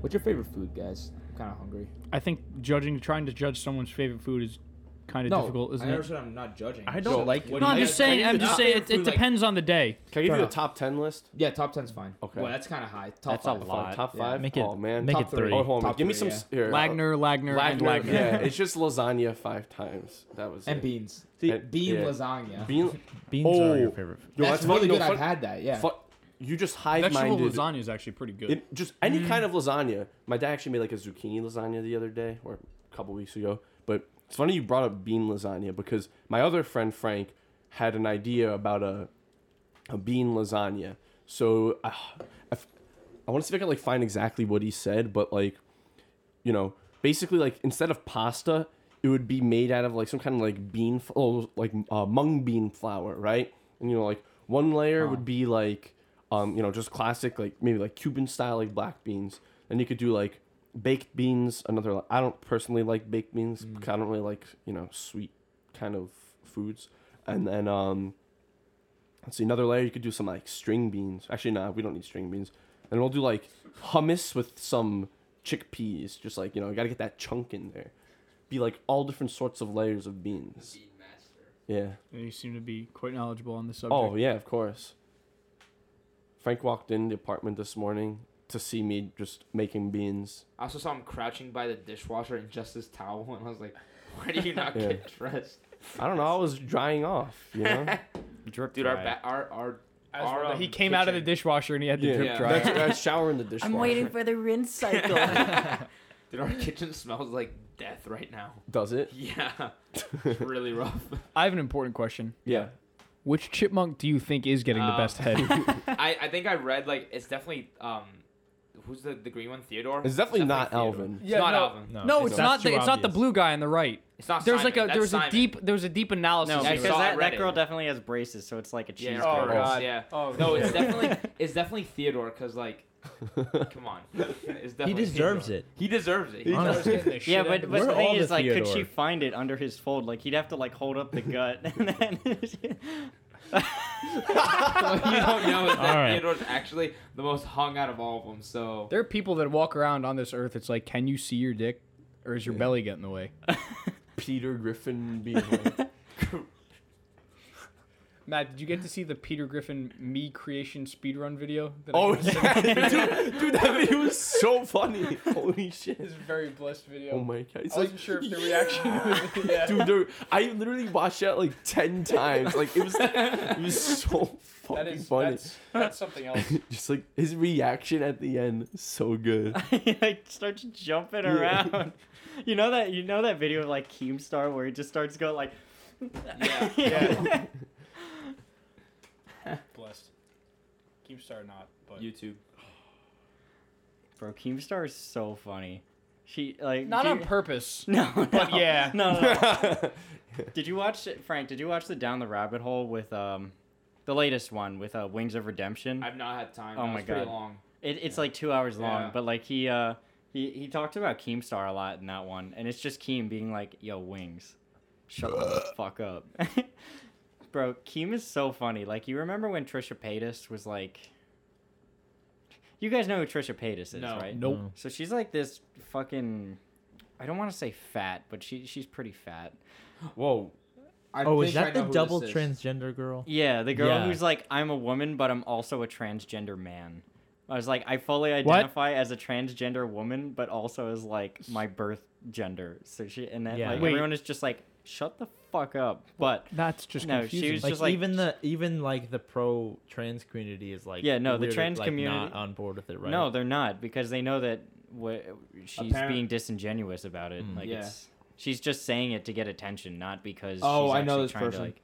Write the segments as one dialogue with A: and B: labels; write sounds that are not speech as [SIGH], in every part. A: What's your favorite food, guys? I'm kind of hungry.
B: I think judging, trying to judge someone's favorite food is kind of difficult, isn't
A: I never
B: it?
A: said I'm not judging.
C: I don't
A: So,
C: like-
A: what
B: No,
A: do
B: I'm
A: you
B: just
A: guys-
B: saying. I'm just saying. It, it
A: Like-
B: depends on the day.
C: Can I give
A: Fair
C: you a
A: enough.
C: top ten list?
A: yeah, top ten's fine.
C: Okay.
A: Well, that's kind of high. Top
D: That's a
A: five.
D: lot.
C: Top
D: yeah.
C: five.
D: Make it-
C: oh man.
D: make
C: top
D: it
A: three.
D: three.
C: Oh, hold on.
A: Top
C: Give me some
A: three,
C: s-
A: yeah.
C: here.
B: Wagner, Lagner, and
C: Lagner.
B: Lagner.
C: Yeah,
D: [LAUGHS]
C: it's just lasagna five times. That was
A: And
C: it.
A: beans.
C: See,
A: bean
C: yeah.
A: lasagna.
C: Bean.
D: Beans
C: Oh.
D: are your favorite food.
C: Yo,
A: that's,
C: funny.
A: really
C: No,
A: good.
C: fun-
A: I've had that. Yeah.
C: fu- You just high
B: Vegetable
C: minded.
B: lasagna is actually pretty good.
C: It, just any kind of lasagna. My dad actually made like a zucchini lasagna the other day or a couple weeks ago. But it's funny you brought up bean lasagna because my other friend Frank had an idea about a a bean lasagna. So uh, I, I, want to see if I can like find exactly what he said, but like you know, basically like instead of pasta, it would be made out of like some kind of like bean, f- oh, like uh, mung bean flour, right? And you know, like one layer would be like, um, you know, just classic like maybe like Cuban style like black beans. Then you could do like baked beans. Another, like, I don't personally like baked beans because I don't really like you know sweet kind of foods. And then um, let's see, another layer you could do some like string beans. Actually, nah, we don't need string beans. And we'll do like hummus with some chickpeas. Just like you know, you gotta get that chunk in there. Be like all different sorts of layers of beans. Yeah.
B: You seem to be quite knowledgeable on the subject.
C: Oh yeah, of course. Frank walked in the apartment this morning to see me just making beans.
A: I also saw him crouching by the dishwasher in just his towel, [LAUGHS] and I was like, "Why do you not
C: Yeah.
A: get dressed,
C: I don't know, I was drying off, you [LAUGHS] know.
D: Drip
A: dude? Our
D: dry.
A: ba- our our,
B: As well,
A: our um,
B: he came out of the
A: kitchen-
B: dishwasher and he had the
C: Yeah,
B: drip
A: Yeah.
B: dryer.
C: [LAUGHS] That's, that's shower in the dishwasher.
E: I'm waiting for the rinse cycle.
A: Dude, our [LAUGHS] kitchen smells like death right now. [LAUGHS]
C: Does it?
B: [LAUGHS]
A: Yeah, it's really rough.
B: I have an important question.
C: Yeah.
B: Which chipmunk do you think is getting the
A: Um, [LAUGHS]
B: best head?
A: I I think I read like it's definitely um, who's the the green one? Theodore.
C: It's definitely not
A: Theodore.
C: Alvin.
A: It's not Alvin.
D: No,
B: No,
D: it's
B: it's
D: that's
B: not. The,
D: too
B: it's not the
D: obvious.
B: blue guy on the right.
A: It's not.
B: There's
A: Simon.
B: like a
A: That's
B: there was
A: Simon.
B: a deep there was a deep analysis.
D: No,
A: I
D: because
A: saw
D: that,
A: it
D: that
A: Reddit.
D: girl definitely has braces, so it's like a cheese
A: Yeah.
B: Oh,
D: curd.
A: curls,
B: God.
A: Yeah.
B: Oh,
A: no,
B: [LAUGHS]
A: it's definitely
C: [LAUGHS]
A: it's definitely Theodore because like, come on, it's definitely
D: He deserves
A: Theodore.
D: it.
A: He deserves it. He
C: Honestly. [LAUGHS]
A: deserves it.
D: Yeah, but, but
B: We're
D: the
B: all
D: thing
B: the
D: is, like, could she
B: Theodore.
D: find it under his fold? Like, he'd have to like
B: [LAUGHS]
D: hold up the gut, and then [LAUGHS]
A: you don't know is that
D: All right.
A: Theodore's actually the most hung out of all of them. So
B: There are people that walk around on this earth. It's like, can you see your dick, or is your belly getting in the way?
C: Peter Griffin [LAUGHS] Beaver.
B: Matt, did you get to see the Peter Griffin me creation speedrun video? That
C: Oh
B: I [LAUGHS] did?
C: yeah, [LAUGHS] dude, dude, that video was so funny. Holy shit!
B: This very blessed
C: Oh
B: video.
C: my god, it's
B: I wasn't
C: like-
B: sure
C: [LAUGHS]
B: if the reaction was. Yeah.
C: dude, there- I literally watched that like ten times. Like it was, it was
D: [LAUGHS]
C: so fucking
B: that is
C: funny.
B: that's, that's something else.
C: [LAUGHS] Just like his reaction at the end, so good.
D: [LAUGHS]
C: [LAUGHS]
D: he like starts jumping
C: Yeah.
D: around. [LAUGHS] You know that you know that video of like Keemstar where he just starts going like, [LAUGHS]
A: yeah,
B: Yeah. blessed. Keemstar not, but
A: YouTube.
D: bro, Keemstar is so funny. She like
B: not
D: do
B: on [LAUGHS]
D: [LAUGHS] you-
B: purpose.
D: No,
B: But
D: no,
B: yeah.
D: no, no,
B: [LAUGHS]
D: no. Did you watch Frank? Did you watch the Down the Rabbit Hole with um, the latest one with uh, Wings of Redemption?
A: I've not had time.
D: Oh
A: That
D: my
A: was pretty
D: God.
A: long.
D: It, it's like two hours long,
A: Yeah.
D: but like he uh he, he talked about Keemstar a lot in that one, and it's just Keem being like, "Yo, wings, shut the
A: [LAUGHS]
D: fuck up." [LAUGHS] Bro, Keem is so funny. Like you remember when Trisha Paytas was like, you guys know who Trisha Paytas is,
A: No.
D: right?
B: Nope.
D: So she's like this fucking. I don't want to say fat, but she she's pretty fat.
C: Whoa,
A: I
F: Oh, is
A: think I
F: that
A: know
F: the
A: who
F: double
A: this is.
F: transgender girl?
D: Yeah, the girl
F: Yeah.
D: who's like, I'm a woman, but I'm also a transgender man. I was like, I fully
B: What?
D: identify as a transgender woman, but also as like my birth gender. So she, and then
F: Yeah.
D: like
B: Wait.
D: everyone is just like, shut the fuck up. But
B: That's just
D: No, she
B: confusing.
D: was- It's
F: Like,
D: just like-
F: even the even like the pro trans community is like
D: Yeah, no, the
F: weirded,
D: trans
F: like,
D: community-
F: not on board with it right
D: no, they're not because they know that wha- she's
A: Apparent- Mm.
D: being disingenuous about it. like
A: Yeah.
D: it's, she's just saying it to get attention, not because.
A: Oh,
D: she's
A: I know
D: actually
A: this
D: trying
A: person.
D: To, like,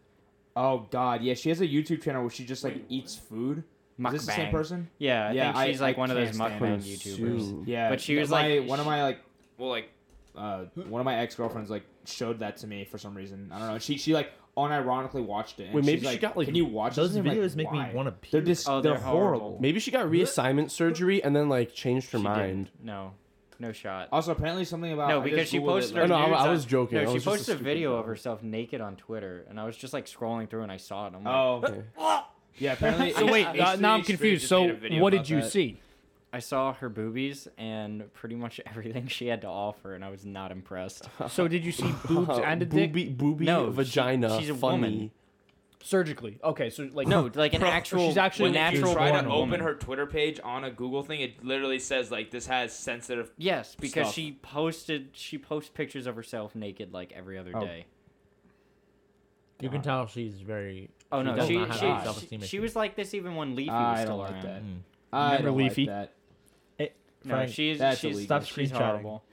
A: Oh God, yeah, she has a YouTube channel where she just like eats food. Is this the same
D: Mukbang.
A: person?
D: Yeah, I
A: Yeah,
D: think
A: I-
D: she's like
A: I
D: one of those
A: can't stand
D: mukbang YouTubers.
A: Yeah,
D: But she
A: th-
D: was,
A: my-
D: like-
A: one of my like, well, like, uh, one of my ex girlfriends like showed that to me for some reason. I don't know. She she like unironically watched it. And
C: Wait, maybe
A: she's
C: she
A: like,
C: got, like,
A: Can you watch
F: those
A: this? And I'm like,
F: videos make me
A: "Why?"
F: wanna
A: They're
F: puke.
A: just
D: Oh,
A: they're,
D: they're
A: horrible.
D: horrible.
C: Maybe she got reassignment surgery and then like changed her
D: She didn't.
C: mind.
D: No, no shot.
A: Also, apparently something about
D: No,
A: Uh, I just
D: because she
A: Googled
D: posted
A: it, [LAUGHS]
D: her.
A: like,
C: No, I-
D: nudes
C: I
D: on-
C: was joking. I
D: No, she
C: was just a
D: posted a
C: stupid
D: video of
C: girl.
D: herself naked on Twitter, and I was just like scrolling through, and I saw it. I'm like,
A: Oh, yeah. Apparently. [LAUGHS]
B: so wait,
A: H-
B: uh, now I'm
A: H3H3
B: confused.
A: just
B: So
A: made a video
B: what
A: about
C: [LAUGHS]
B: did you
A: that.
B: see?
D: I saw her boobies and pretty much [LAUGHS] everything she had to offer, and I was not impressed.
B: So did you see boobs and
C: [LAUGHS]
B: a dick
C: booby, booby,
D: No, she-
C: vagina,
D: she's a
C: funny.
D: woman.
B: surgically? Okay, so like
D: No, like an actual,
B: she's actually
D: a
B: a
D: natural
B: huge
A: Try to
D: born
A: open
D: woman.
A: her Twitter page on a Google thing. It literally says like this has sensitive.
D: Yes, because
A: stuff.
D: she posted she posts pictures of herself naked like every other day.
F: You
A: Uh,
F: can tell she's very.
D: Oh no,
F: does
D: she
F: not have
D: she,
F: any
D: she-
F: self-esteem
D: she
F: issues.
D: was like this even when Leafy was
A: I
D: still
A: don't like
D: around.
A: that.
F: Mm.
A: I
B: Remember
A: don't
B: Leafy?
A: like that.
D: No,
F: Frank,
D: she's
A: that's
D: she's
A: illegal.
F: Stop
D: she's
F: screenshotting.
D: horrible.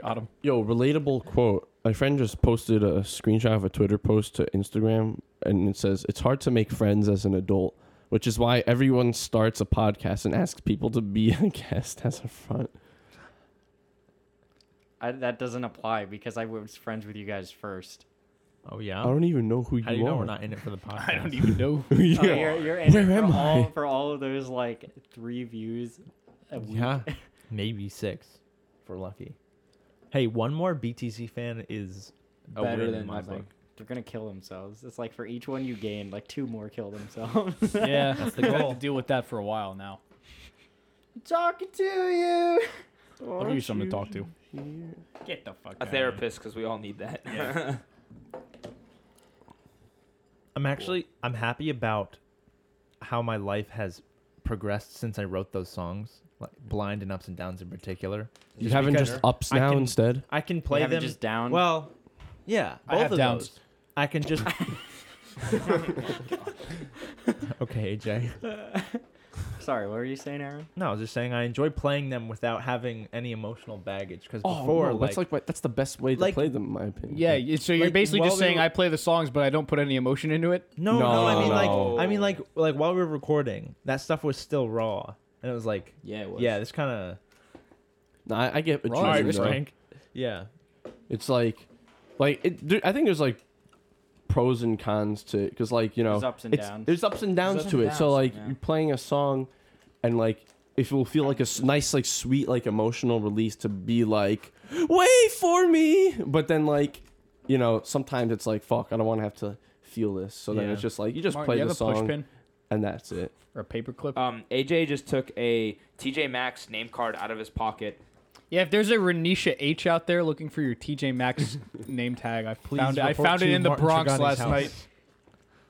B: got him.
C: Yo, relatable quote. My friend just posted a screenshot of a Twitter post to Instagram, and it says, It's hard to make friends as an adult, which is why everyone starts a podcast and asks people to be [LAUGHS] a guest as a front.
D: I, that doesn't apply because I was friends with you guys first.
F: Oh yeah.
C: I don't even know who you
F: How do you
C: are.
F: know
C: [LAUGHS]
F: we're not in it for the podcast?
B: I don't even know.
C: yeah.
D: Oh, you're, you're in
C: Where
D: it for
C: am
D: all
C: I?
D: for all of those like three views. A week.
F: Yeah, maybe six for lucky. Hey, one more BTC fan is
D: [LAUGHS] Oh,
F: a
A: Better
F: win
A: than
F: in my
A: nothing.
F: book.
D: They're gonna kill themselves. It's like for each one you gain, like two more kill themselves.
B: Yeah, that's
F: the
B: Had
F: goal.
B: to deal with that for a while now.
D: Talking to you.
B: I'll give you something to talk to.
D: Get the fuck.
A: A therapist because we all need that. [LAUGHS]
F: I'm actually I'm happy about how my life has progressed since I wrote those songs, like Blind and Ups and Downs in particular.
C: You haven't
F: because
C: just ups
F: I
C: now
F: can-
C: instead?
F: I can play
D: have it
F: them
D: just down?
F: Well, yeah,
B: I
F: both
B: have
F: of
B: downs.
F: those. I can just. okay, AJ.
D: Sorry, what were you saying, Aaron?
F: No, I was just saying I enjoy playing them without having any emotional baggage. Because
C: Oh,
F: before,
C: no,
F: like,
C: that's like what, that's the best way to
F: like-
C: play them, in my opinion.
B: Yeah, y- so you're
F: Like,
B: basically
F: while
B: just
F: we
B: saying
F: were-
B: I play the songs, but I don't put any emotion into it.
F: No, no, I mean
A: No.
F: like I mean like like while we were recording, that stuff was still raw, and it was like
A: yeah, it was.
F: yeah, this kind of
C: No, I, I get what
B: All
C: you
B: right,
C: mean,
B: Miss
C: though.
B: Frank.
F: yeah.
C: It's like, like it, there, I think there's like pros and cons to because like you know
D: There's ups and
C: it's-
D: downs.
C: There's ups and downs
A: ups
C: to
A: and
C: it. So
A: downs,
C: like
A: yeah.
C: you're playing a song, and like if it will feel like a s- nice like sweet like emotional release to be like wait for me, but then like you know sometimes it's like fuck I don't want to have to feel this. So then
F: Yeah.
C: it's just like you just
B: Martin,
C: play
B: do you
C: the
B: have a push
C: song
B: pin
C: and that's it.
B: or a paper clip?
A: Um, AJ just took a TJ Maxx name card out of his pocket.
B: yeah, if there's a Renisha H out there looking for your TJ Maxx name tag, I
F: Please
B: found it. I
F: report
B: found it
F: to
B: in the
F: Martin
B: Bronx
F: Tregani's
B: last
F: house.
B: night.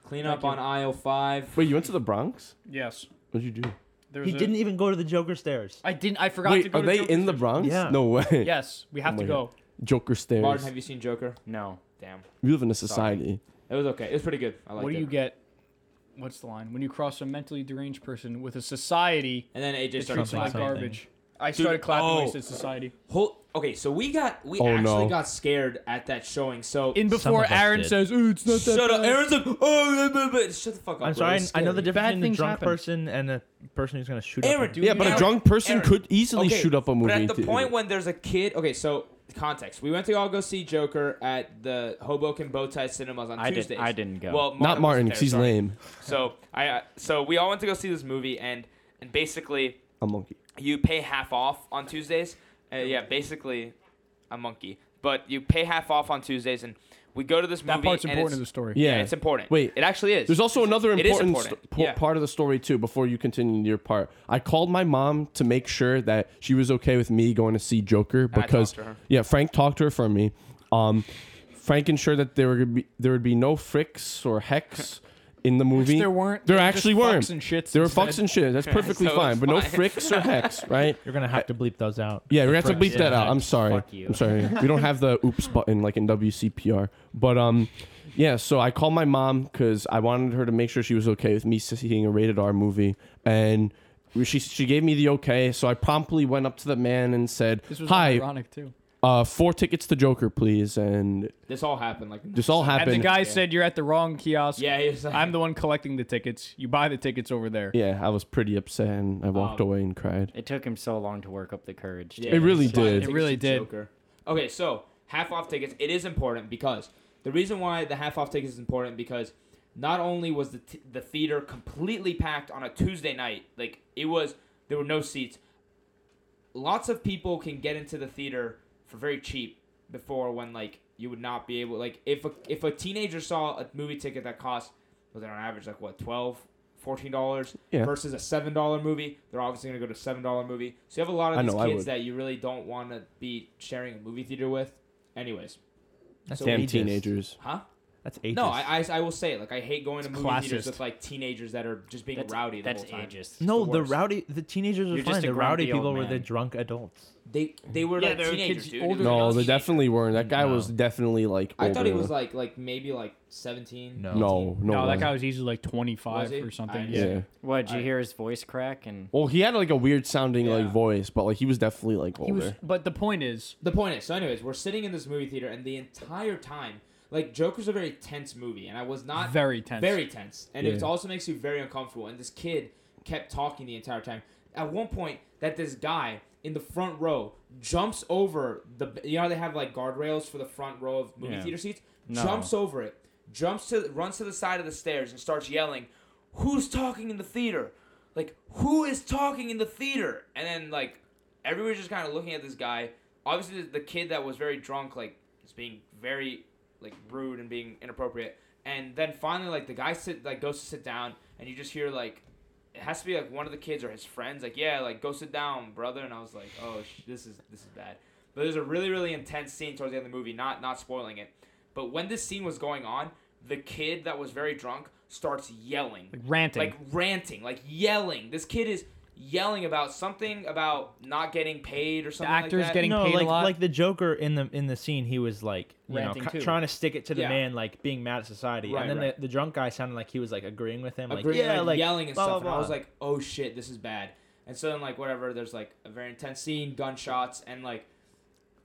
A: Clean
B: Thank
A: up
B: you.
A: on aisle five.
C: Wait, you went to the Bronx?
B: Yes,
C: What'd you do?
B: there
F: He didn't even go to the Joker stairs.
B: I didn't. I forgot to
C: Wait,
B: go.
C: are
B: to
C: they
B: Joker
C: in the
B: Stairs.
C: Bronx?
F: Yeah.
C: No way.
B: Yes, we have
C: Oh
B: to
C: my
B: go.
C: Joker stairs.
A: Martin, have you seen Joker?
D: No.
A: Damn,
C: we live in a
A: Sorry.
C: society.
A: it was okay. It was pretty good. I liked
B: What do
A: it.
B: you get? What's the line? When you cross a mentally deranged person with a society
A: And then AJ
B: that
A: started
B: treats them like
A: clapping.
F: something.
B: garbage. I
A: Dude,
B: started clapping when
A: oh.
B: I said society.
A: Whole, okay, so we got we
C: Oh,
A: actually
C: no.
A: got scared at that showing. So
B: In
F: Some
B: before
F: of us
B: Aaron
F: did.
B: says, "Ooh, it's not that
A: shut up,
B: bad."
A: Aaron's like, oh, blah, blah, blah." shut the fuck up.
F: I'm
A: bro.
F: sorry,
A: It's
F: I know the
A: scary.
F: difference
B: Bad
F: between a
B: things
F: drunk
B: happen.
F: person and a person who's gonna shoot
A: Aaron,
F: up.
A: dude,
C: Yeah, but a
A: Aaron-
C: drunk person
A: Aaron.
C: could easily
A: Okay,
C: shoot up a movie.
A: But at the
C: theater.
A: point when there's a kid, okay, so context: we went to all go see Joker at the Hoboken Bowtie Cinemas on
D: I did-
A: Tuesdays.
D: I didn't go.
A: Well,
C: not Martin,
A: was
C: because he's
A: there, sorry.
C: lame.
A: So I, uh, so we all went to go see this movie, and and basically
C: A monkey.
A: you pay half off on Tuesdays. Uh, yeah, basically a monkey, but you pay half off on Tuesdays, and we go to this movie.
B: That part's
A: and
B: important
A: it's-
B: in the story.
A: Yeah,
C: Yeah.
A: it's important.
C: Wait.
A: it actually is.
C: There's also another
A: It is
C: important,
A: important,
C: st- po-
A: yeah.
C: part of the story too. Before you continue your part, I called my mom to make sure that she was okay with me going to see Joker
A: I talked
C: because
A: to her.
C: yeah, Frank talked to her for me. Um, Frank ensured that there would be there would be no fricks
A: [LAUGHS]
C: or hex in the movie.
B: there weren't.
C: There
B: They were
C: actually
B: just fucks
C: weren't.
B: and shits
C: There were
B: instead.
C: fucks and
A: [LAUGHS]
C: shit. That's perfectly
A: So it's
C: fine, but no
A: fine.
C: fricks or hex,
A: [LAUGHS]
C: right?
F: You're gonna have to bleep those out.
C: Yeah, we're gonna have to
F: Correct.
C: bleep that
F: Yeah.
C: out. I'm sorry.
D: Fuck you.
C: I'm sorry. We don't have the oops button like in WCPR. But um, yeah. So I called my mom because I wanted her to make sure she was okay with me seeing a rated R movie, and she she gave me the okay. So I promptly went up to the man and said,
B: This was
C: "Hi,
B: ironic too.
C: uh, four tickets to Joker, please." And
A: this all happened like
C: this all
B: And
C: happened.
B: the guy said, "You're at the wrong kiosk.
A: Yeah, he was like,
B: I'm the one collecting the tickets. You buy the tickets over there."
C: yeah, I was pretty upset, and I walked
B: Oh.
A: Um,
C: away and cried.
D: It took him so long to work up the courage.
A: Yeah,
D: to-
C: It really
A: it's fine.
C: did.
A: Tickets
B: It really
A: to
B: did.
A: Joker. Okay, so half off tickets. It is important because the reason why the half off tickets is important because not only was the t- the theater completely packed on a Tuesday night, like it was, there were no seats. Lots of people can get into the theater for very cheap before when like you would not be able like if a if a teenager saw a movie ticket that cost was it on average like what 12 fourteen dollars
C: Yeah.
A: versus a seven dollar movie. They're obviously gonna go to seven dollar movie. So you have a lot of
C: I
A: these
C: know, I
A: kids
C: would.
A: that you really don't want to be sharing a movie theater with. Anyways,
F: That's
A: So
C: Damn
F: ageist.
C: teenagers.
A: huh?
F: That's ageist.
A: No, I, I I will say it. Like I hate going to
B: It's
A: movie theaters
B: classist.
A: with like teenagers that are just being
D: That's,
A: rowdy the
D: that's
A: whole time.
D: ageist.
F: no,
A: the
F: the
A: worst.
F: rowdy, the teenagers are
D: You're just
F: fine.
D: a
F: The rowdy
D: grumpy old
F: people were the
D: man.
F: drunk adults.
A: They they were
D: Yeah,
A: like
D: they were
A: teenagers,
D: kids
A: dude.
D: older than
C: No,
D: us.
C: they definitely weren't. That guy
F: No.
C: was definitely like.
A: I thought he
C: older.
A: was like like maybe like seventeen.
F: No.
C: No, no.
B: No, Oh, that
C: way.
B: guy was easily like 25
A: Was he?
B: or something.
A: I-
C: Yeah.
D: What? Did you
A: I-
D: hear his voice crack? And
C: Well, he had like a weird sounding like
A: Yeah.
C: voice, but like he was definitely like older.
B: He was, but the point is,
A: The point is, so anyways, we're sitting in this movie theater, and the entire time, like Joker's a very tense movie, and I was not
B: very tense.
A: very tense, and it
C: Yeah.
A: also makes you very uncomfortable. And this kid kept talking the entire time. At one point, that this guy in the front row jumps over the you know how they have like guardrails for the front row of movie
D: Yeah.
A: theater seats,
D: No.
A: jumps over it, jumps to runs to the side of the stairs and starts yelling, "Who's talking in the theater? Like who is talking in the theater?" And then like everybody's just kind of looking at this guy. Obviously, the- the kid that was very drunk, like, is being very like rude and being inappropriate. And then finally, like the guy sit like goes to sit down, and you just hear like it has to be like one of the kids or his friends, like, yeah, like go sit down, brother. And I was like, oh, sh- this is this is bad. But there's a really really intense scene towards the end of the movie. Not not spoiling it, but when this scene was going on, the kid that was very drunk starts yelling
B: like ranting.
A: like ranting, like yelling. This kid is yelling about something about not getting paid or something. like
B: actor's
A: that.
B: getting
F: no,
B: paid a
F: like
B: lot.
F: like the Joker in the in the scene, he was like you know,
B: Ranting
F: cu-
B: too.
F: trying to stick it to the
A: Yeah.
F: man, like being mad at society,
A: Right,
F: and then
A: right.
F: the, the drunk guy sounded like he was like agreeing with him,
A: Agreeing,
F: like yeah, like,
A: yelling and
F: blah,
A: stuff.
F: blah,
A: And I was
F: blah.
A: like, oh shit, this is bad. And so then like whatever, there's like a very intense scene, gunshots, and like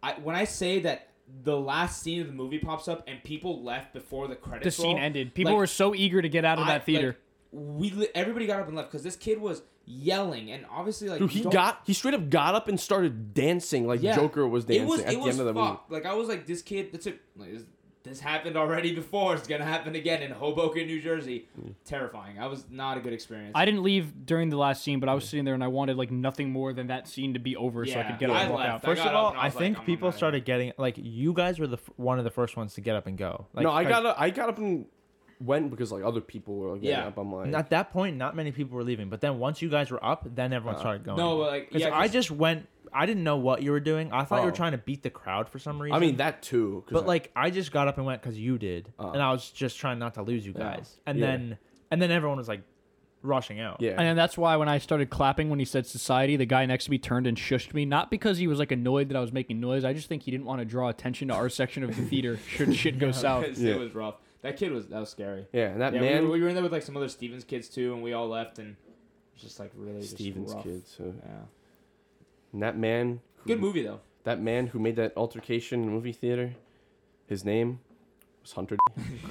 A: I when I say that the last scene of the movie pops up and people left before the credits.
B: the scene
A: roll,
B: ended. People
A: like,
B: were so eager to get out of
A: I-
B: that theater.
A: Like, we li- everybody got up and left because this kid was yelling and obviously like
C: Dude,
A: you
C: he
A: don't-
C: got he straight up got up and started dancing like
A: Yeah.
C: Joker was dancing
A: It was,
C: at
A: it
C: the
A: was
C: end of the movie.
A: fucked. Like I was like, this kid, that's it. Like, this, this happened already before. It's gonna happen again in Hoboken, New Jersey.
C: Mm.
A: Terrifying. I was not a good experience. [LAUGHS]
B: I didn't leave during the last scene, but I was sitting there and I wanted like nothing more than that scene to be over so I
A: Yeah,
B: could get
A: I
B: up and walk
A: left.
B: out.
A: I
F: First
A: got
F: of
A: up
F: all,
A: and I
F: I,
A: was like,
F: think
A: I'm- I'm
F: people
A: outta here.
F: started getting like you guys were the f- one of the first ones to get up and go. Like,
C: no, I
F: 'cause
C: got up, I got up and went because like other people were like,
A: Yeah.
C: yeah. up. I'm like,
F: At that point, not many people were leaving, but then once you guys were up, then everyone started going.
A: Uh, no, but, like,
F: 'Cause
A: yeah, 'cause-
F: I just went. I didn't know what you were doing. I thought you were
C: Oh.
F: trying to beat the crowd for some reason.
C: I mean that too. 'cause
A: uh,
F: but
C: I-
F: like I just got up and went because you did,
C: Oh.
F: and I was just trying not to lose you guys. And
C: Yeah.
F: then and then everyone was like rushing out.
C: yeah,
B: And that's why when I started clapping when he said society, the guy next to me turned and shushed me. Not because he was like annoyed that I was making noise. I just think he didn't want to draw attention to our section of the [LAUGHS] theater should shit go south.
A: It
C: Yeah.
A: was rough. That kid was that was scary.
C: yeah, and that
A: Yeah,
C: man,
A: we, were, we were in there with like some other Stevens kids too, and we all left and it was just like really just
C: Stevens
A: rough.
C: kid. So
A: Yeah,
C: and that man, who,
A: good movie
C: [LAUGHS]
A: though.
C: That man who made that altercation in the movie theater, his name was Hunter.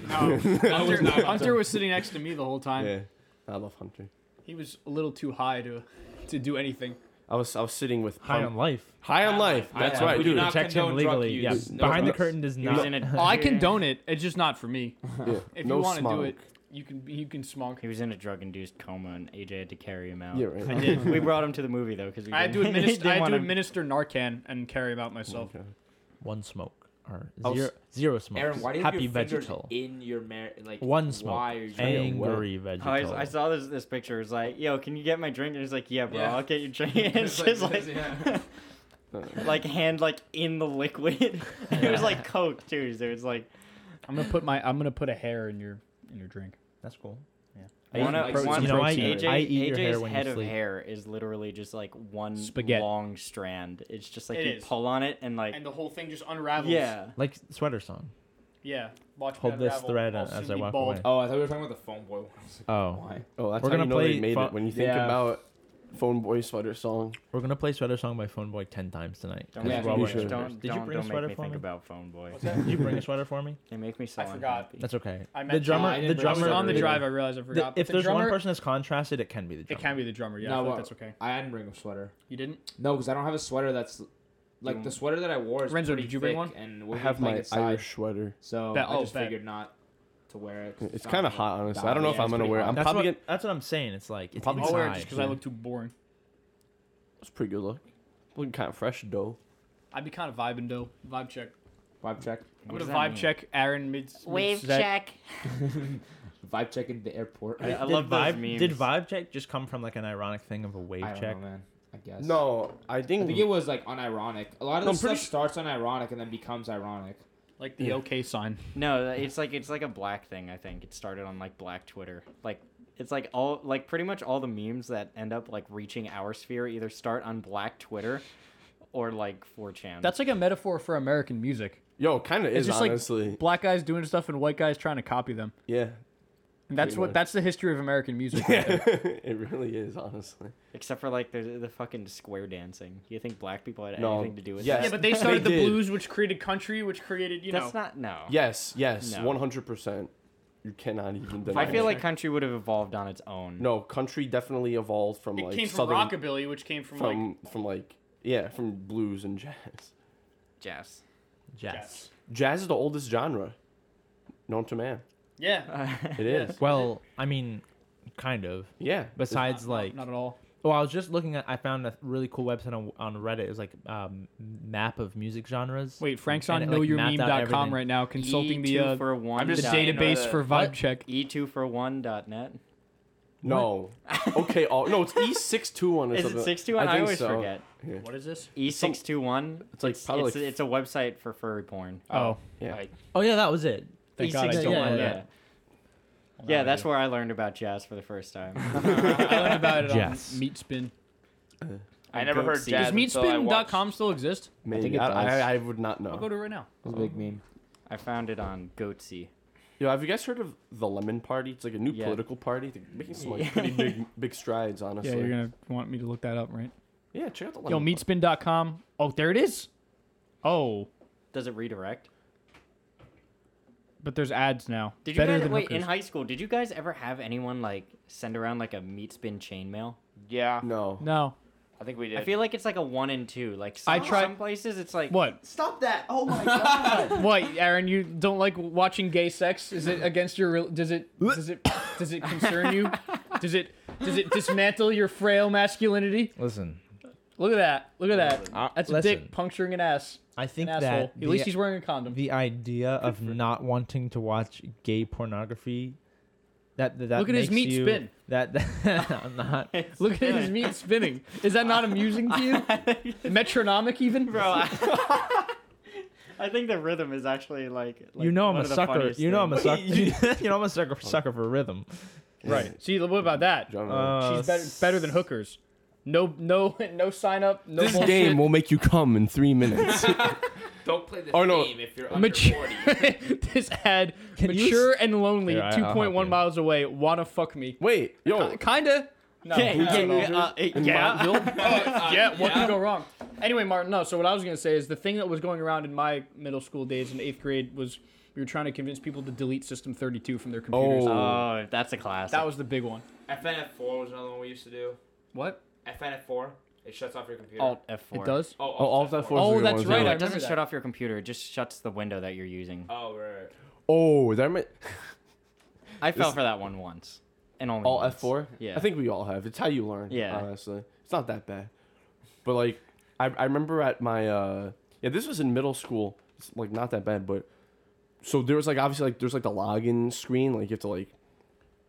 A: That was not-
B: Hunter was sitting next to me the whole time.
C: yeah, I love Hunter.
B: He was a little too high to to do anything.
C: I was I was sitting with
F: high on
C: Pump-
F: life.
C: high on life.
A: High on
C: That's
A: life. We do
C: right, dude.
A: Um, not
F: Protect him
A: condone drug
F: legally. Yeah.
A: use. No
F: Behind the
A: drugs.
F: curtain does
D: he was
F: not.
D: in a.
B: Oh, I condone it. It's just not for me.
C: Yeah,
B: If
C: no
B: you want to do
C: smoke.
B: it, you can you can smonk.
D: He was in a drug-induced coma, and AJ had to carry him out.
C: Yeah, right.
D: Oh, I did. [LAUGHS] We brought him to the movie though, because we
B: I had [LAUGHS] to
D: didn't- [LAUGHS] he
B: administer
D: didn't
B: I had
D: want
B: to
D: him-
B: administer Narcan and carry him out myself.
C: Okay.
F: One smoke or
C: Oh,
F: zero, zero
A: [LAUGHS]
F: smokes.
A: Aaron, why do you have
F: Happy
A: your fingers
F: vegetal.
A: in your mar- like
F: One smoke.
A: Why are you
F: Angry
D: Oh,
F: vegetal.
D: I, I saw this this picture. It was like, "Yo, can you get my drink?" And he's like, "Yeah, bro,
A: Yeah.
D: I'll get
A: [LAUGHS]
D: your drink."
F: [LAUGHS]
D: And
A: [LAUGHS] It's
D: it's
A: like
D: just like,
A: this, yeah.
D: like hand like in the liquid. [LAUGHS] it was like Coke too. So it's like
B: I'm gonna put my I'm gonna put a hair in your in your drink.
F: That's cool.
D: I
A: One
D: want
A: of- one
D: to.
A: You
D: One you
A: know,
D: know,
A: I
D: AJ,
A: eat-
F: I eat your
D: AJ's
F: hair when you
D: head of
F: sleep.
D: hair is literally just like one
B: Spaghetti.
D: long strand. It's just like
B: It
D: you
B: is.
D: pull on it and like
B: And the whole thing just unravels.
D: yeah.
F: Like sweater song.
B: Yeah. Watch me
F: Hold this
B: unravel.
F: thread
B: I'll
F: as
B: soon
F: I
B: be
F: walk
B: bald.
F: away.
A: Oh, I thought we were talking about the phone boy. I was like,
F: Oh,
A: why?
C: Oh, that's
F: We're
C: how you
F: gonna
C: know they
F: play
C: made
F: fu-
C: it. When you think
A: Yeah.
C: about Phone Boy sweater song,
F: we're gonna play sweater song by Phone Boy ten times tonight.
D: Don't,
A: Yeah,
D: make
A: we
D: me,
A: should.
D: don't,
F: Did
D: don't,
F: you bring a
D: don't
F: sweater
D: make me
F: for
D: think
F: me?
D: about phone boy.
F: Did you bring a sweater for me?
D: They make me so
B: I forgot.
D: unhappy.
F: That's okay.
B: I
F: The
B: meant
F: drummer,
A: I didn't
F: the
A: bring a
B: I was
F: drummer
A: sweater.
B: on the
A: Really?
B: drive. I realized I
F: The,
B: forgot.
F: if
B: but
F: there's
B: the drummer,
F: one person that's contrasted, it can be the drummer.
B: it can be the drummer. Yeah,
A: No,
B: I think
A: uh,
B: that's okay.
A: I didn't bring a sweater.
B: You didn't?
A: No, because I don't have a sweater that's like
D: You-
A: the sweater that I wore. Is
B: Renzo,
A: pretty
B: did you bring
A: thick
B: one?
A: And
C: Mm. I
A: we're
C: have
A: playing
C: my
A: outside,
C: Irish sweater.
A: so
B: Bet-
A: I
B: oh,
A: just
B: bet.
A: figured not to wear it. 'cause
C: It's
A: not
C: kind of
A: really
C: hot, honestly.
A: valid.
C: I don't know
A: Yeah,
C: if I'm
A: it's
C: gonna
A: pretty
C: wear. it.
A: hot.
C: I'm
F: That's
C: probably
F: what,
C: gonna.
F: that's what I'm saying. It's like it's
C: Probably
B: I'll wear it
F: inside.
B: just because I
C: yeah.
B: look too boring.
C: It's pretty good look. Looking kind of fresh though.
B: I'd be kind of vibing though. Vibe check.
A: Vibe check.
B: I'm
D: does
B: gonna
D: that
B: vibe
D: mean?
B: check Aaron mid
E: Wave
B: mid-set.
E: check.
A: [LAUGHS] Vibe check [LAUGHS] in the airport. I,
D: I- I love those
F: vibe,
D: memes.
F: Did vibe check just come from like an ironic thing of a wave
A: I don't
F: check?
A: know, man. I guess.
C: No, I think,
A: I think it was like unironic. A lot of
C: No,
A: the
C: I'm pretty
A: stuff starts unironic and then becomes ironic.
B: Like the
C: Yeah.
B: OK sign.
D: No, it's like it's like a black thing. I think it started on like black Twitter. Like it's like all like pretty much all the memes that end up like reaching our sphere either start on black Twitter or like 4chan.
B: That's like a metaphor for American music.
C: yo, kind of
B: It's
C: is
B: just
C: honestly.
B: like black guys doing stuff and white guys trying to copy them.
C: yeah, [LAUGHS]
B: And that's
C: Pretty
B: what
C: much.
B: that's the history of American music. right there.
C: it really is honestly.
D: except for like the the fucking square dancing. You think black people had
C: No.
D: anything to do with
C: Yes.
D: that?
B: Yeah, but they started
C: They
B: the
C: did.
B: blues, which created country, which created you
D: That's
B: know.
D: not no.
C: Yes, yes,
D: No.
C: one hundred percent. You cannot even deny.
D: I feel
B: [LAUGHS]
C: it.
D: like country would have evolved on its own.
C: no country definitely evolved from
B: it
C: like
B: came from
C: southern
B: rockabilly, which came from, like
C: from from like yeah from blues and jazz.
D: Jess.
F: Yes.
C: Jazz is the oldest genre known to man.
B: yeah.
C: It is.
F: Well, I mean, kind of.
C: Yeah.
F: Besides, like,
B: not at all.
F: well, I was just looking at. I found a really cool website on, on Reddit. It was like um, map of music genres.
B: Wait, Frank's
F: And
B: on
F: it, like, mapped out
B: knowyourmeme.com
F: everything.
B: right now consulting the
D: E2
B: uh,
D: E for one.
A: I'm just
B: the
A: Yeah, you know
B: database
A: the-
B: for vibe
F: What?
B: check.
D: E2 for one dot net.
C: No. okay. Oh no, it's E six two one or
D: Is
C: something.
D: it 621? I,
C: think
D: always
C: so.
D: forget. E
C: Yeah.
B: What is this?
D: E621.
C: It's like probably
D: it's,
C: like-
D: it's a website for furry porn.
B: Oh,
C: Yeah.
A: Like,
F: Oh yeah, that was it.
B: Thank God I
F: E6
B: don't
F: yeah,
B: know
F: yeah.
D: yeah. Yeah, that's where I learned about jazz for the first [LAUGHS] time.
B: I learned about it on
F: Yes.
B: Meatspin.
A: I never heard
D: Goatse.
A: jazz
B: Does
D: Does
A: until I watched-
B: meatspin.com still exist?
C: Maybe. I,
A: think it
C: I,
A: does.
C: I would not know.
B: I'll go to it right now.
A: It was a big
C: Uh-huh.
A: meme.
D: I found it on Goatsy.
C: Yo, have you guys heard of the Lemon Party? It's like a new
D: Yeah.
C: political party. They're making some like pretty big big strides, honestly.
B: Yeah, you're gonna want me to look that up, right?
C: Yeah, check out the Lemon
B: Yo, meatspin.com. Oh, there it is. Oh,
D: Does it redirect?
B: but there's ads now.
D: Did you
B: Better
D: guys
B: than
D: wait in
B: hookers.
D: high school? Did you guys ever have anyone like send around like a meat spin chainmail?
A: Yeah,
C: Party. No.
B: No.
A: I think we did.
D: I feel like it's like a one and two. Like some,
B: I tried-
D: some places, it's like [LAUGHS]
B: What?
E: Stop that!
F: [LAUGHS]
E: Oh my god!
B: What, Aaron? You don't like watching gay sex? Is it against your? Real, does it? Does it? Does it concern you? Does it? Does it dismantle your frail masculinity?
F: Listen,
B: Look at that! Look at that!
F: Uh,
B: That's a
F: listen.
B: dick puncturing an ass.
F: I
B: An
F: think
B: asshole.
F: that
B: At least
F: the-
B: he's wearing a condom.
F: the idea of not wanting to watch gay pornography. That, that, that
B: Look at his
F: makes
B: meat
F: you-
B: spin.
F: That, [LAUGHS]
B: [LAUGHS]
F: I'm not.
B: Look at his meat spinning. Is that not amusing to
F: [LAUGHS]
B: you? Metronomic even?
D: bro. I,
B: [LAUGHS]
D: [LAUGHS] I think the rhythm is actually like, like
F: you know I'm
D: one
F: a
D: of the
F: sucker.
D: funniest
F: You know I'm a
D: things.
F: sucker. [LAUGHS]
B: [LAUGHS]
F: you know I'm a sucker sucker for rhythm. [LAUGHS]
B: Right. See, what about that?
C: Genre.
F: Uh,
B: She's better better than hookers. No, no, no sign up. No
C: this
B: bullshit.
C: game will make you come in three minutes.
A: don't play this
C: Oh, no.
A: game if you're under
B: Mature.
A: 40.
B: [LAUGHS] this ad.
F: Can you
B: mature and lonely.
F: Here, I- I'll
B: Two point
F: help
B: one
F: you.
B: miles away. Wanna fuck me?
C: Wait, yo,
B: Kinda. No.
D: [LAUGHS] Yeah,
B: not at all.
D: yeah, uh,
C: in
D: yeah.
C: Montville?
B: yeah, what could go wrong? Anyway, Martin, no, so what I was going to say is the thing that was going around in my middle school days in eighth grade was we were trying to convince people to delete System 32 from their computers.
C: Oh.
D: Oh, that's a classic.
B: That was the big one.
A: FNF4 was another one we used to do.
B: What?
A: FNF4, it shuts off your computer.
D: Alt F4.
B: It does?
A: Oh,
C: Oh, Alt F4
B: Oh,
C: is the
B: that's
C: ones
B: right,
D: No,
B: I
D: it doesn't
B: remember
D: shut
B: that.
D: off your computer. It just shuts the window that you're using.
A: Oh, right, right.
C: Oh, that might.
D: I fell for that one once, and only
C: All
D: once.
C: F4?
D: Yeah.
C: I think we all have. It's how you learn.
D: Yeah.
C: Honestly, it's not that bad. But like, I, I remember at my uh yeah this was in middle school. It's like not that bad, but so there was like obviously like there's like the login screen like you have to like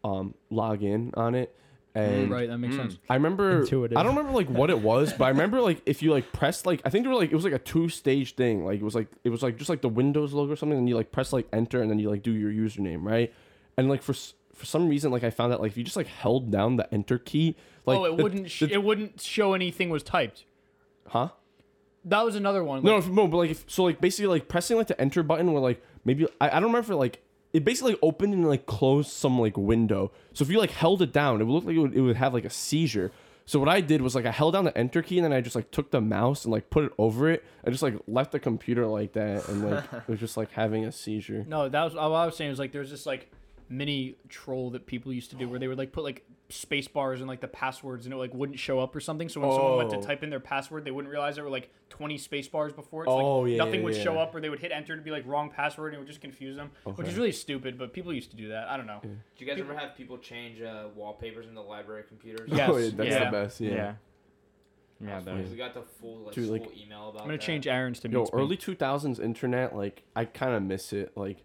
C: um log in on it and
B: Right, that makes sense.
C: I remember.
F: Intuitive.
C: I don't remember like what it was, but I remember like if you like pressed like I think there were like it was like a two stage thing. Like it was like it was like just like the Windows logo or something, and you like press like enter, and then you like do your username, right? And like for s- for some reason, like I found out like if you just like held down the enter key, like
B: oh, it
C: the-
B: wouldn't sh-
C: the-
B: it wouldn't show anything was typed.
C: huh?
B: That was another one.
C: No,
B: like-
C: if- no, but like if, so like basically like pressing like the enter button where like maybe I, I don't remember if it, like it basically opened and like closed some like window. So if you like held it down, it would look like it would, it would have like a seizure. So what I did was like I held down the enter key and then I just like took the mouse and like put it over it. I just like left the computer like that
B: [LAUGHS]
C: and like it was just like having a seizure.
B: No, that was what I was saying was like there's this like mini troll that people used to do where they would like put like space bars and like the passwords and it like wouldn't show up or something. So when someone went to
C: Oh.
B: type in their password, they wouldn't realize there were like 20 space bars before. it. So,
C: Oh,
B: like,
C: yeah,
B: nothing
C: yeah,
B: would show
C: yeah.
B: up or they would hit enter to be like wrong password and it would just confuse them, which is
C: Okay.
B: really stupid. But people used to do that. I don't know.
A: Do you guys ever have people change uh, wallpapers in the library computers?
B: Yes.
C: [LAUGHS] Oh, yeah, that's
B: Yeah.
C: the best. Yeah.
D: Yeah. Yeah,
A: That's
D: that
A: funny.
D: was-
A: We got the full like,
C: Dude, like-
A: school email about.
B: I'm gonna
A: that.
B: change Aaron's to
C: Yo,
B: meat.
C: early two thousands internet like I kind of miss it. Like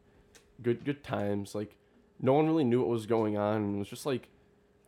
C: good good times. Like no one really knew what was going on. and It was just like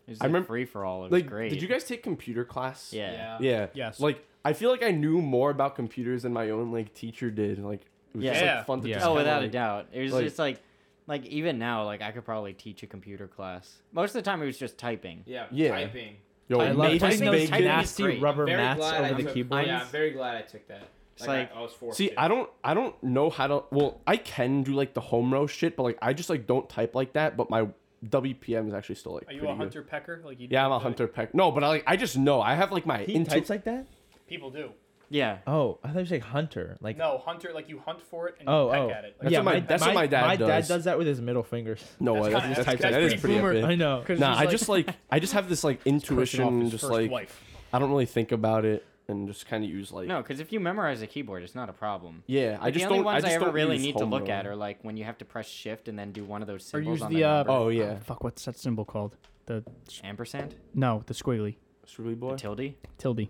D: It's
C: I
D: like
C: remem-
D: free for all. It was
C: like
D: great.
C: did you guys take computer class?
D: Yeah.
C: Yeah.
B: Yes.
C: Like I feel like I knew more about computers than my own like teacher did. Like it was just
D: Yeah.
C: like fun to
F: Yeah.
C: just
D: Oh,
C: kinda,
D: without a
C: like-
D: doubt. It was
C: like-
D: just like, like even now, like I could probably teach a computer class. Most of the time, it was just typing.
A: Yeah,
C: Yeah.
A: typing.
C: Yo,
F: I
D: I
F: love
D: made
F: just
D: typing-
F: big
D: typing is
F: nasty
D: great.
F: rubber
A: Very
F: mats
A: glad I
F: over the
A: took-
F: keyboard.
B: Oh,
A: Yeah, I'm very glad I took that.
D: It's
A: like,
D: like-
A: I, I was forced.
C: See,
A: to.
C: I don't I don't know how to well, I can do like the home row shit, but like I just like don't type like that, but my WPM is actually still like
G: Are you
C: pretty
G: a
C: good.
G: hunter pecker? Like you?
C: Yeah, I'm a
G: like
C: hunter peck. No, but I like I just know. I have like my
F: He
C: intu-
F: types like that?
G: People do.
D: Yeah.
F: Oh, I thought you said hunter. Like
G: No, hunter like you hunt for it and you
F: Oh,
G: peck
F: oh.
G: at it. Like,
C: That's
F: yeah,
C: what my-
F: my,
C: that's
F: my,
C: what my dad does.
F: that with his middle [LAUGHS] fingers.
C: No,
G: That's
C: way,
G: kinda-
C: that's, that's,
G: that's
C: types- that
G: kinda
C: is pretty
F: Boomer,
C: epic.
F: I know.
C: Nah, I just like I just have this like
F: off
C: intuition,
F: his
C: just
G: first
C: like
G: wife.
C: I don't really think about it and just kind of use like
D: No, because if you memorize a keyboard, it's not a problem.
C: yeah. I
D: Like,
C: just
D: the only
C: don't. I
D: ones I,
C: just
D: ever
C: don't
D: really
C: use
D: need to
C: home
D: look
C: row.
D: at are like when you have to press shift and then do one of those
B: Or
D: symbols
B: use
D: on
B: the, uh,
D: number.
C: Oh yeah,
B: fuck, what's that symbol called? The
D: ampersand,
B: no, the squiggly
C: Squiggly boy.
D: tilde,
B: tilde,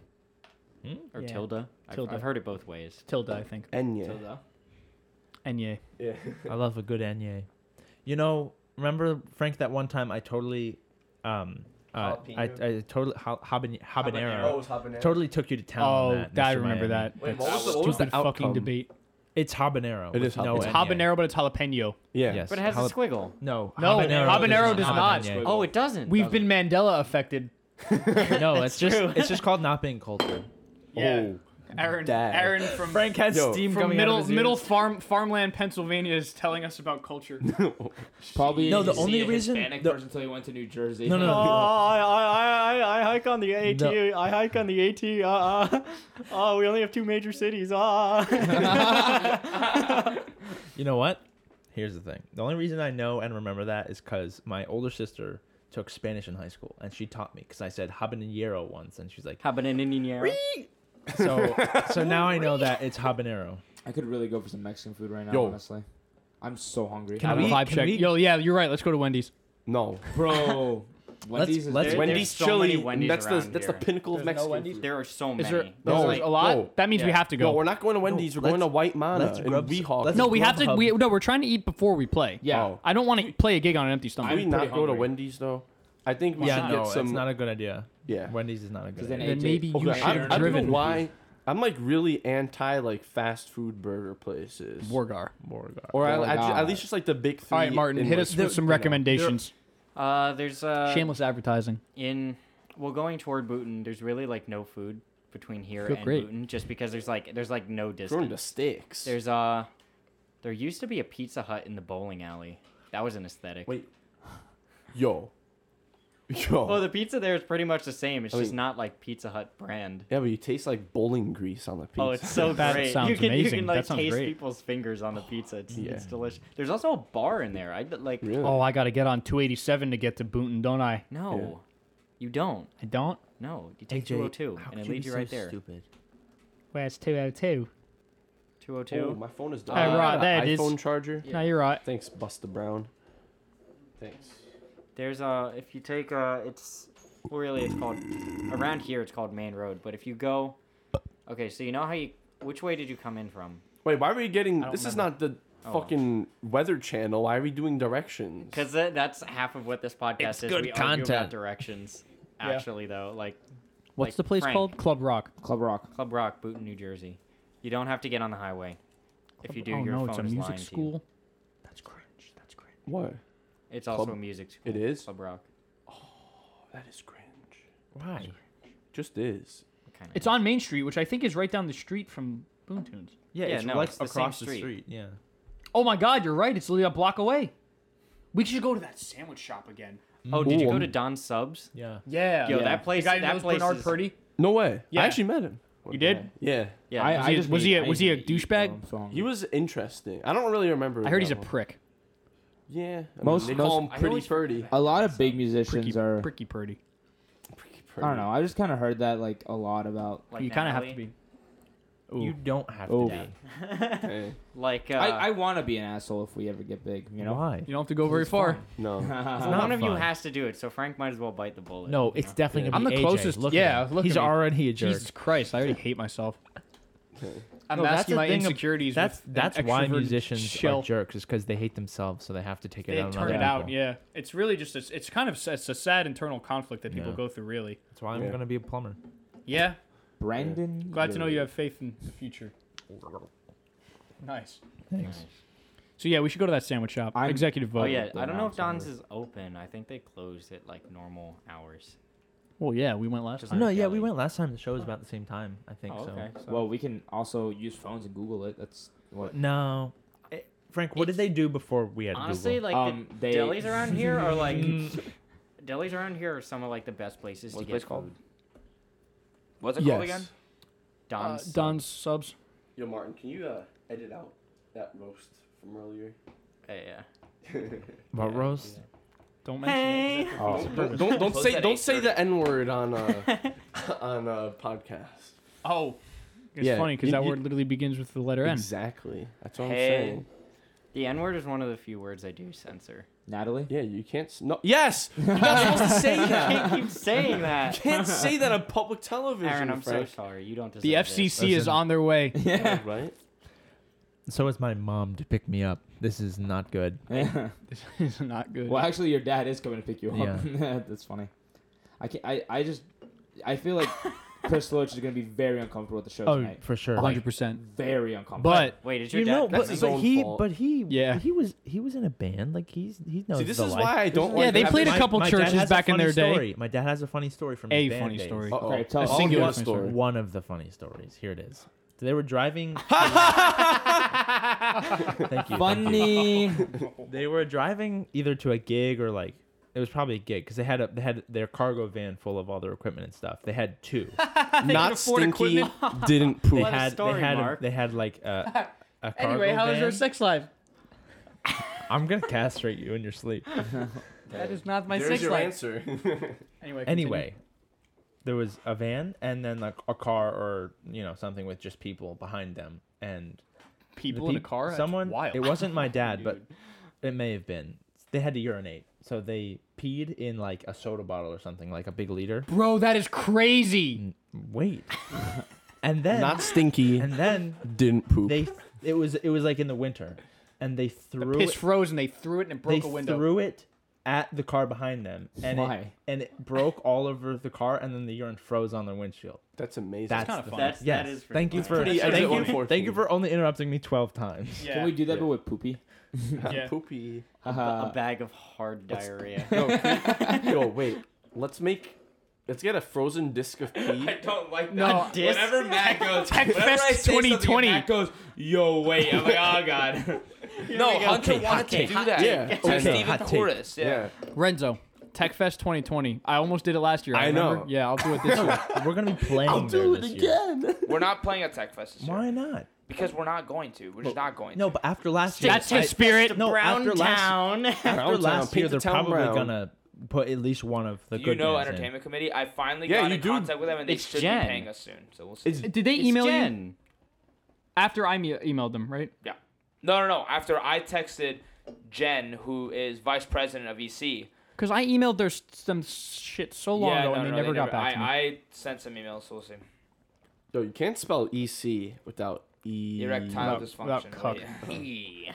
D: or
B: Yeah.
D: tilde. I've,
B: Tilde.
D: I've heard it both ways.
B: tilde, I think. E
C: And yeah,
A: Tilda.
B: And yeah,
C: yeah.
F: [LAUGHS] I love a good enye. You know, remember Frank that one time I totally, um, uh, I, I totally ha- haban- habanero, Oh, totally took you to town. on
B: Oh,
F: that,
B: that- I
F: Mr.
B: remember
F: Miami.
B: that.
A: Wait,
B: That
A: what was the- what
C: was the
B: stupid fucking
C: outcome?
B: debate.
F: It's habanero.
C: It
F: with
C: is hab-
F: no
B: It's
F: enye.
B: habanero, but it's jalapeno.
C: Yeah.
F: Yes.
D: But it has
F: Jala-
D: a squiggle.
F: No,
B: No, habanero does not.
F: enye. [LAUGHS]
D: Oh, it doesn't.
B: We've
D: does
B: been
D: it?
B: Mandela affected.
F: Oh, no,
D: That's
F: it's just
D: true.
F: it's just called not being cultured.
G: Yeah.
C: Oh,
G: Aaron,
C: Dad.
G: Aaron from
F: Frank has
C: Yo.
F: steam
B: From
F: coming out
B: middle
F: of his ears.
B: middle farm farmland Pennsylvania is telling us about
D: [LAUGHS]
B: culture.
A: Probably
F: No,
A: you
F: the
A: see
F: only
A: a
F: reason-
A: Hispanic
F: the-
A: person until you went to New Jersey.
F: No, no, no.
D: Oh, I, I, I, I hike on the AT.
F: No.
D: I hike on the AT. Uh, uh, [LAUGHS] oh, we only have two major cities. Ah.
F: You know what? Here's the thing. The only reason I know and remember that is because my older sister took Spanish in high school and she taught me because I said habanero once and she's like,
D: Happening in Indiana.
F: so so now I know that it's habanero. [LAUGHS]
A: I could really go for some Mexican food right now.
C: Yo.
A: Honestly, I'm so hungry.
F: Can we-
B: vibe
F: can
B: check.
F: we-
B: Yo, yeah, you're right. Let's go to Wendy's.
C: no.
A: bro? [LAUGHS] Wendy's is
F: let's-
A: there.
D: There-
C: Wendy's
D: there's so
C: chili.
D: many Wendy's
C: that's the
D: around
C: that's
D: here.
C: the pinnacle of
F: There's no
C: Mexican
F: Wendy's?
C: food.
D: There are so many. Oh,
B: Is there,
C: No,
B: there's a lot?
C: no.
B: that means we
D: Yeah.
B: have to
C: No,
B: go.
C: we're not going to Wendy's. we're going
F: let's-
C: to White Mana
F: let's
C: and
F: grub some-
C: Weehawk.
F: let's-
B: no, we have to.
F: Grubhub.
B: We, no, we're trying to eat before we play.
A: yeah.
C: Oh.
B: I don't want to play a gig on an empty stomach.
C: Can we
A: I'm
C: not
A: pretty
C: go to
A: hungry.
C: Wendy's though? I think we
F: Yeah,
C: should
F: no,
C: get some.
F: it's not a good idea.
C: yeah.
F: Wendy's is not a good
A: then
F: idea.
B: then
A: AJ
B: maybe you
A: Okay,
B: should
A: I'm-
B: have
A: I
C: I don't know
B: driven.
C: why. I'm like really anti like fast food burger places.
B: Wargar.
F: Borgar.
C: Or
A: Oh
C: I,
A: my
C: I ju-
A: God.
C: at least just like the big three.
B: All right, Martin,
C: in,
B: hit
C: like,
B: us
C: you
B: with some
C: know.
B: recommendations.
D: Uh, there's uh,
B: Shameless advertising.
D: in well going toward Booton. There's really like no food between here
B: Feel
D: and
B: great.
D: Booton, just because there's like there's like no
C: They're in the
D: distance.
C: sticks.
D: There's uh, there used to be a Pizza Hut in the bowling alley. That was an aesthetic.
C: Wait. yo, [LAUGHS] yo.
D: Well, Oh, the pizza there is pretty much the same.
B: Oh,
D: It's
C: I
D: just
C: mean-
D: not like Pizza Hut brand.
C: yeah, but you taste like bowling grease on the pizza.
D: Oh, it's so
B: That
D: great!
B: sounds
D: you can you
B: amazing.
D: can
B: That
D: like
B: sounds
D: taste
B: great.
D: people's fingers on the pizza. It's,
C: Yeah.
D: it's delicious. There's also a bar in there. I d- like
C: [LAUGHS] really.
B: Oh, I got to get on 287 to get to Boonton, don't I?
D: no, you don't.
B: I don't.
D: No, you take 202 and it leads you right there.
F: Stupid.
B: Where's 202?
C: Oh,
D: 202.
C: my phone is done.
B: Hey, Rod, there it is.
C: iPhone charger.
B: No, you're right.
C: Thanks, Busta Brown. Thanks.
D: There's uh if you take uh it's well, really it's called around here it's called Main Road, but if you go Okay, so you know how you which way did you come in from?
C: Wait, why are we getting? This is not the
D: Oh, well.
C: fucking Weather Channel. Why are we doing directions?
D: Cuz that's half of what this podcast
F: It's
D: is.
F: good
D: we argue
F: content.
D: about directions actually though, like
B: What's
D: Like
B: the place
D: Frank.
B: called? Club Rock.
A: Club Rock.
D: Club Rock, Booton, New Jersey. You don't have to get on the highway. If you do,
B: oh
D: your
B: no,
D: phone
B: it's a
D: is
B: music
D: lying To
B: school. That's cringe. That's cringe.
C: What?
D: you. It's also
C: Club-
D: a music school.
C: It is?
D: Club Rock.
C: That is cringe.
F: Why?
C: Just is.
D: What kind
B: It's on Main Street, which I think is right down the street from Boontoons.
F: Yeah,
D: Yeah,
F: it's
D: no,
F: like
D: it's the same
F: across the
D: street.
F: street. Yeah.
B: Oh my God, you're right. It's literally a block away. We should go to that sandwich shop again.
D: Oh, did you
C: Ooh,
D: go
C: I'm-
D: to Don Subs?
F: Yeah.
B: Yeah.
D: Yo,
A: Yeah.
D: that place
B: The guy who
D: that
B: knows
D: place
B: Bernard
D: is,
B: Purdy.
C: No way.
B: Yeah.
C: I actually met him.
B: You did?
C: Yeah.
D: Yeah.
A: I,
B: Was
A: I
B: he-
A: just
B: was he
A: need-
B: a-
A: I
B: was
A: need
B: he a
A: to eat,
B: douchebag?
A: bro. I'm so hungry.
C: He was interesting. I don't really remember.
B: I heard
C: that
B: he's a
C: one.
B: prick.
C: Yeah. I mean,
A: Most-
C: they call
A: most-
C: him
A: [LAUGHS]
C: Pretty Purdy.
A: a lot of big
B: Pricky,
A: musicians are.
B: pricky Purdy.
A: I don't [LAUGHS] know. I just kind of heard that like a lot about.
D: like
B: you kind of have
D: Natalie.
B: to be.
F: You don't have
A: Ooh.
F: to be.
C: Hey,
D: Like uh,
A: I, I want to be an asshole if we ever get big. You know.
F: Why?
B: You don't have to go very far.
C: no.
D: well,
F: not
D: one of you
F: fun.
D: has to do it, so Frank might as well bite the bullet.
F: No,
D: you
F: it's
D: know?
F: definitely
C: Yeah.
F: gonna be
B: I'm the
F: AJ.
B: closest-
F: Look
B: yeah,
F: at him.
B: look
F: he's
B: at me.
F: already a jerk. [LAUGHS]
B: Jesus Christ, I already hate myself.
F: No, that's
B: Unmasking
F: the
B: my
F: thing ab-
B: insecurities.
F: That's
B: with
F: that's
B: an
F: why
B: extroverted
F: musicians
B: shell.
F: are jerks is because they hate themselves, so they have to take it
B: They
F: out on
B: turn
F: other
B: it out.
F: people.
B: Yeah, it's really just a, it's kind of s- it's a sad internal conflict that people
F: Yeah.
B: go through. Really.
F: That's why I'm
C: Yeah.
F: gonna be a plumber.
B: Yeah.
A: Brandon.
B: Glad to know you have faith in the future.
G: Nice.
F: Thanks.
B: So yeah, we should go to that sandwich shop.
A: I'm-
B: Executive vote.
D: Oh yeah,
A: they're
D: I don't know
A: out
D: if Don's is open. I think they closed at like normal hours.
B: Well, yeah, we went last
D: Just-
B: time.
D: No,
F: No,
D: yeah,
F: yeah,
D: Deli.
F: we
D: we
F: went
D: went
F: last time. The show was about the same time. I think
D: Oh, okay. So.
A: Well, we can also use phones and Google it. That's what.
F: so. No, eh, Frank, what
D: what did
F: did they do before we had
D: honestly, like
A: Um,
D: the
A: they-
D: delis around here are like delis around here are some of like the best places
A: What's the
D: to get
A: place
D: food.
A: called? What's it called again?
C: Yes.
B: Uh,
D: Don's.
B: Don's subs.
C: Yo, Martin, can you uh, edit out that roast from earlier?
D: Yeah, yeah.
F: But roast.
B: Don't mention. it.
F: Oh,
C: don't don't, don't
A: Close
C: say
A: at
C: don't say the n word on uh on a podcast.
B: Oh. It's
C: Yeah,
B: funny because
C: you-
B: that
C: you-
B: word literally begins with the letter N.
C: Exactly. That's what
D: Hey.
C: I'm saying.
D: The N word is one of the few words I do censor.
A: Natalie. [LAUGHS]
C: Yeah, you can't. s- No. Yes, you're not supposed
D: [LAUGHS]
C: to say
D: I
C: that.
D: can't keep
C: [LAUGHS]
D: saying
C: You
D: that.
C: can't say that on public television,
D: [LAUGHS] Aaron, I'm so
C: Frank.
D: sorry. You don't deserve
B: The
D: this.
B: FCC is
F: Listen.
B: on their way. [LAUGHS]
A: Yeah.
F: [LAUGHS]
C: Right?
F: So is my mom to pick me up. This is not good.
B: this is not
A: [LAUGHS]
B: good.
A: well, actually, your dad is coming to pick you up.
F: Yeah.
A: [LAUGHS] That's funny. I can I, I just I feel [LAUGHS] like Chris Loach is gonna be very uncomfortable with the show
F: Oh,
A: tonight.
F: for sure.
B: 100%.
A: Very uncomfortable.
B: But
D: Wait, is your
F: you
D: dad?
F: know,
D: coming?
F: but,
C: his
F: but
C: own
F: he,
C: fault.
F: but he,
B: Yeah.
F: he was, he was in a band. Like he's, he knows.
C: See, this
F: the
C: is
F: life.
C: why I don't
A: Yeah,
C: like.
B: yeah, they
A: my-
B: played a
F: My-
B: couple
F: my dad
B: churches
F: has a
B: back in
F: funny
B: their day.
F: story. My dad has a funny story from his
B: A
F: band
B: funny
F: days.
B: story.
C: Uh-oh.
A: Okay, tell
B: A
A: us.
C: All
B: singular
C: one
B: funny
C: story.
F: One of the funny stories. Here it is. They
B: [LAUGHS]
F: were driving. Thank you. Thank you.
A: funny.
F: They were driving either to a gig or like it was probably a gig because they had a they had their cargo van full of all their equipment and stuff. They
B: [LAUGHS]
F: had two.
C: Not stinky. didn't poop.
F: They
D: What a
F: had
D: story,
F: they had
D: Mark.
F: they had like
B: [LAUGHS]
F: a, a cargo
B: Anyway, how is
F: van.
B: your sex life?
F: I'm gonna castrate you in
B: [LAUGHS]
F: your sleep.
B: That is not my
C: There's
B: sex
C: your
B: life.
C: answer.
B: Anyway. continue.
F: anyway there was a van and then like a car or you know something with just people behind them and the
B: people in a
F: peop-
B: car. That's
F: someone
B: wild.
F: it wasn't
B: [LAUGHS]
F: my dad but it may have been they had to urinate so they peed in like a soda bottle or something like a big liter
B: Bro, that is crazy.
F: wait [LAUGHS] and
C: [LAUGHS]
F: then
C: Not stinky.
F: and then
C: didn't poop.
F: they it was it was like in the winter and they threw
B: Piss
F: it-
B: froze and they threw it and it broke
F: they
B: a window.
F: threw it at the car behind them [LAUGHS] and it,
A: Why?
F: and it broke all over the car and then the urine froze on their windshield
C: That's amazing.
F: That's [LAUGHS]
B: kinda
F: the
B: fun.
D: That's
F: Yes.
D: that is.
F: thank you
D: pretty
C: Pretty
F: for
D: funny.
C: exit
F: thank you,
C: 114.
F: thank you for only interrupting me twelve times.
G: Yeah.
A: Can we do that but with poopy? [LAUGHS]
G: yeah.
C: poopy.
A: Haha.
F: Uh,
D: a bag of hard diarrhea.
C: Yo, wait. Let's make. Let's get a frozen
A: [LAUGHS]
C: disc of pee.
A: don't like that.
B: No,
D: A disc?
A: whenever Matt goes,
B: Tech
A: whenever
B: Fest
A: I say something and
B: 2020.
A: Matt goes, yo, wait. I'm like, oh
B: [LAUGHS]
A: god. no, Hunter wanted
F: Okay, hot
A: to
F: take,
A: do
F: hot
A: that.
C: take. Yeah,
A: it's
C: I
A: like
C: know.
A: Stephen
F: Hot take.
A: Torres. Yeah.
C: Yeah.
B: Renzo, TechFest 2020. I almost did it last year. I,
C: I know.
B: remember. Yeah, I'll do
A: [LAUGHS]
B: it this year.
F: We're gonna be playing there this year.
A: we're not playing at Tech Fest this year.
F: Why not?
A: because we're not going to. We're just not going.
F: No, but after last year,
B: That's his
F: I-
B: spirit.
F: No,
D: Brown
F: after last
D: town. [LAUGHS]
F: after
C: Brown
F: last
C: town,
F: year, they're
C: Pizza Town
F: probably
C: Brown.
F: gonna put at least one of the
A: you
F: good
A: know
F: bands in.
A: entertainment committee i finally
C: Yeah,
A: got
C: you
A: in
C: do.
A: contact with them and they
D: It's
A: should
D: Jen.
A: be paying us soon so we'll see
B: Did they
D: It's
B: email you
D: Jen.
B: after I me- emailed them? Right.
A: yeah no no no after i texted jen who is vice president of E ec
B: Because I emailed their s- some shit so long
A: yeah no,
B: ago and
A: no,
B: they
A: no,
B: never got back
A: I,
B: to me.
A: I sent some emails so we'll see
C: Yo, you can't spell EC without E.
A: erectile
B: Without-
C: Mm,
A: dysfunction
B: without
A: yeah.
D: Yeah.